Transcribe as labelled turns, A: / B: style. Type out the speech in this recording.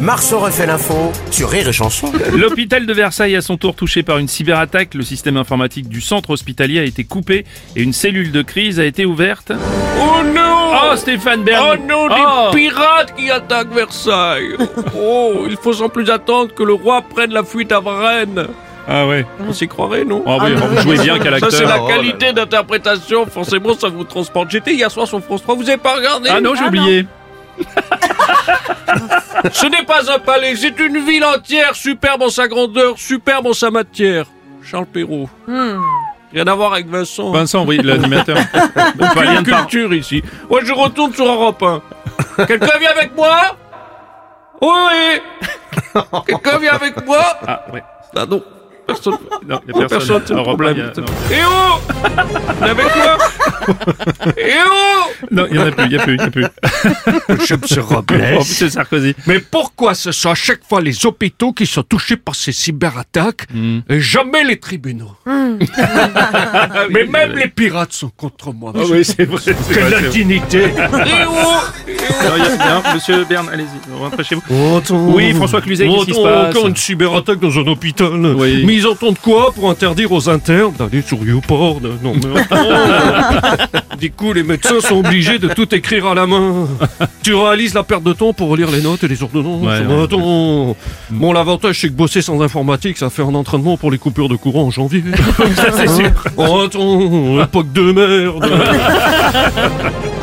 A: Marceau refait l'info sur Rire et Chanson.
B: L'hôpital de Versailles, à son tour touché par une cyberattaque, le système informatique du centre hospitalier a été coupé et une cellule de crise a été ouverte.
C: Oh non
B: Oh Stéphane
C: Oh
B: Bern
C: non, des pirates qui attaquent Versailles Oh, il faut sans plus attendre que le roi prenne la fuite à Varennes
B: Ah ouais
C: On s'y croirait, non
B: Ah oui, vous jouez bien qu'à
C: Ça, c'est la
B: l'acteur
C: qualité d'interprétation, forcément, ça vous transporte. J'étais hier soir sur France 3, vous avez pas regardé
B: Ah non, j'ai oublié
C: Ce n'est pas un palais, c'est une ville entière, superbe en sa grandeur, superbe en sa matière. Charles Perrault. Rien à voir avec Vincent.
B: Vincent, oui, l'animateur.
C: Aucune culture ici. Moi, je retourne sur Europe 1. Quelqu'un vient avec moi Oui Quelqu'un vient avec moi
B: Ah ouais.
C: Ah non, personne.
B: Non, il y a
C: Personne,
B: personne.
C: c'est le
B: Europe
C: problème.
B: un, il y a- non.
C: Eh oh Viens avec moi Eh oh
B: Non, il y en a plus, il y a plus, il y a plus.
C: Je me suis
B: Oh, c'est Sarkozy.
C: Mais pourquoi ce sont à chaque fois les hôpitaux qui sont touchés par ces cyberattaques et jamais les tribunaux Mais même les pirates sont contre moi.
B: Ah oui, c'est vrai. c'est vrai, c'est vrai.
C: dignité Eh oh
B: Non, il y a- non, monsieur Bern, allez-y, rentrez chez vous. Oui, François Cluzet, qu'est-ce qui se
C: Entend
B: passe
C: encore une cyberattaque dans un hôpital.
B: Oui.
C: Mais ils entendent quoi pour interdire aux internes d'aller sur YouPorn Non, mais attends. Du coup, les médecins sont obligés de tout écrire à la main. Tu réalises la perte de temps pour relire les notes et les ordonnances.
B: Ouais, Mm.
C: Mais
B: ouais.
C: attends. Bon, l'avantage, c'est que bosser sans informatique, ça fait un entraînement pour les coupures de courant en janvier.
B: Ça, c'est sûr.
C: Oh, attends, époque de merde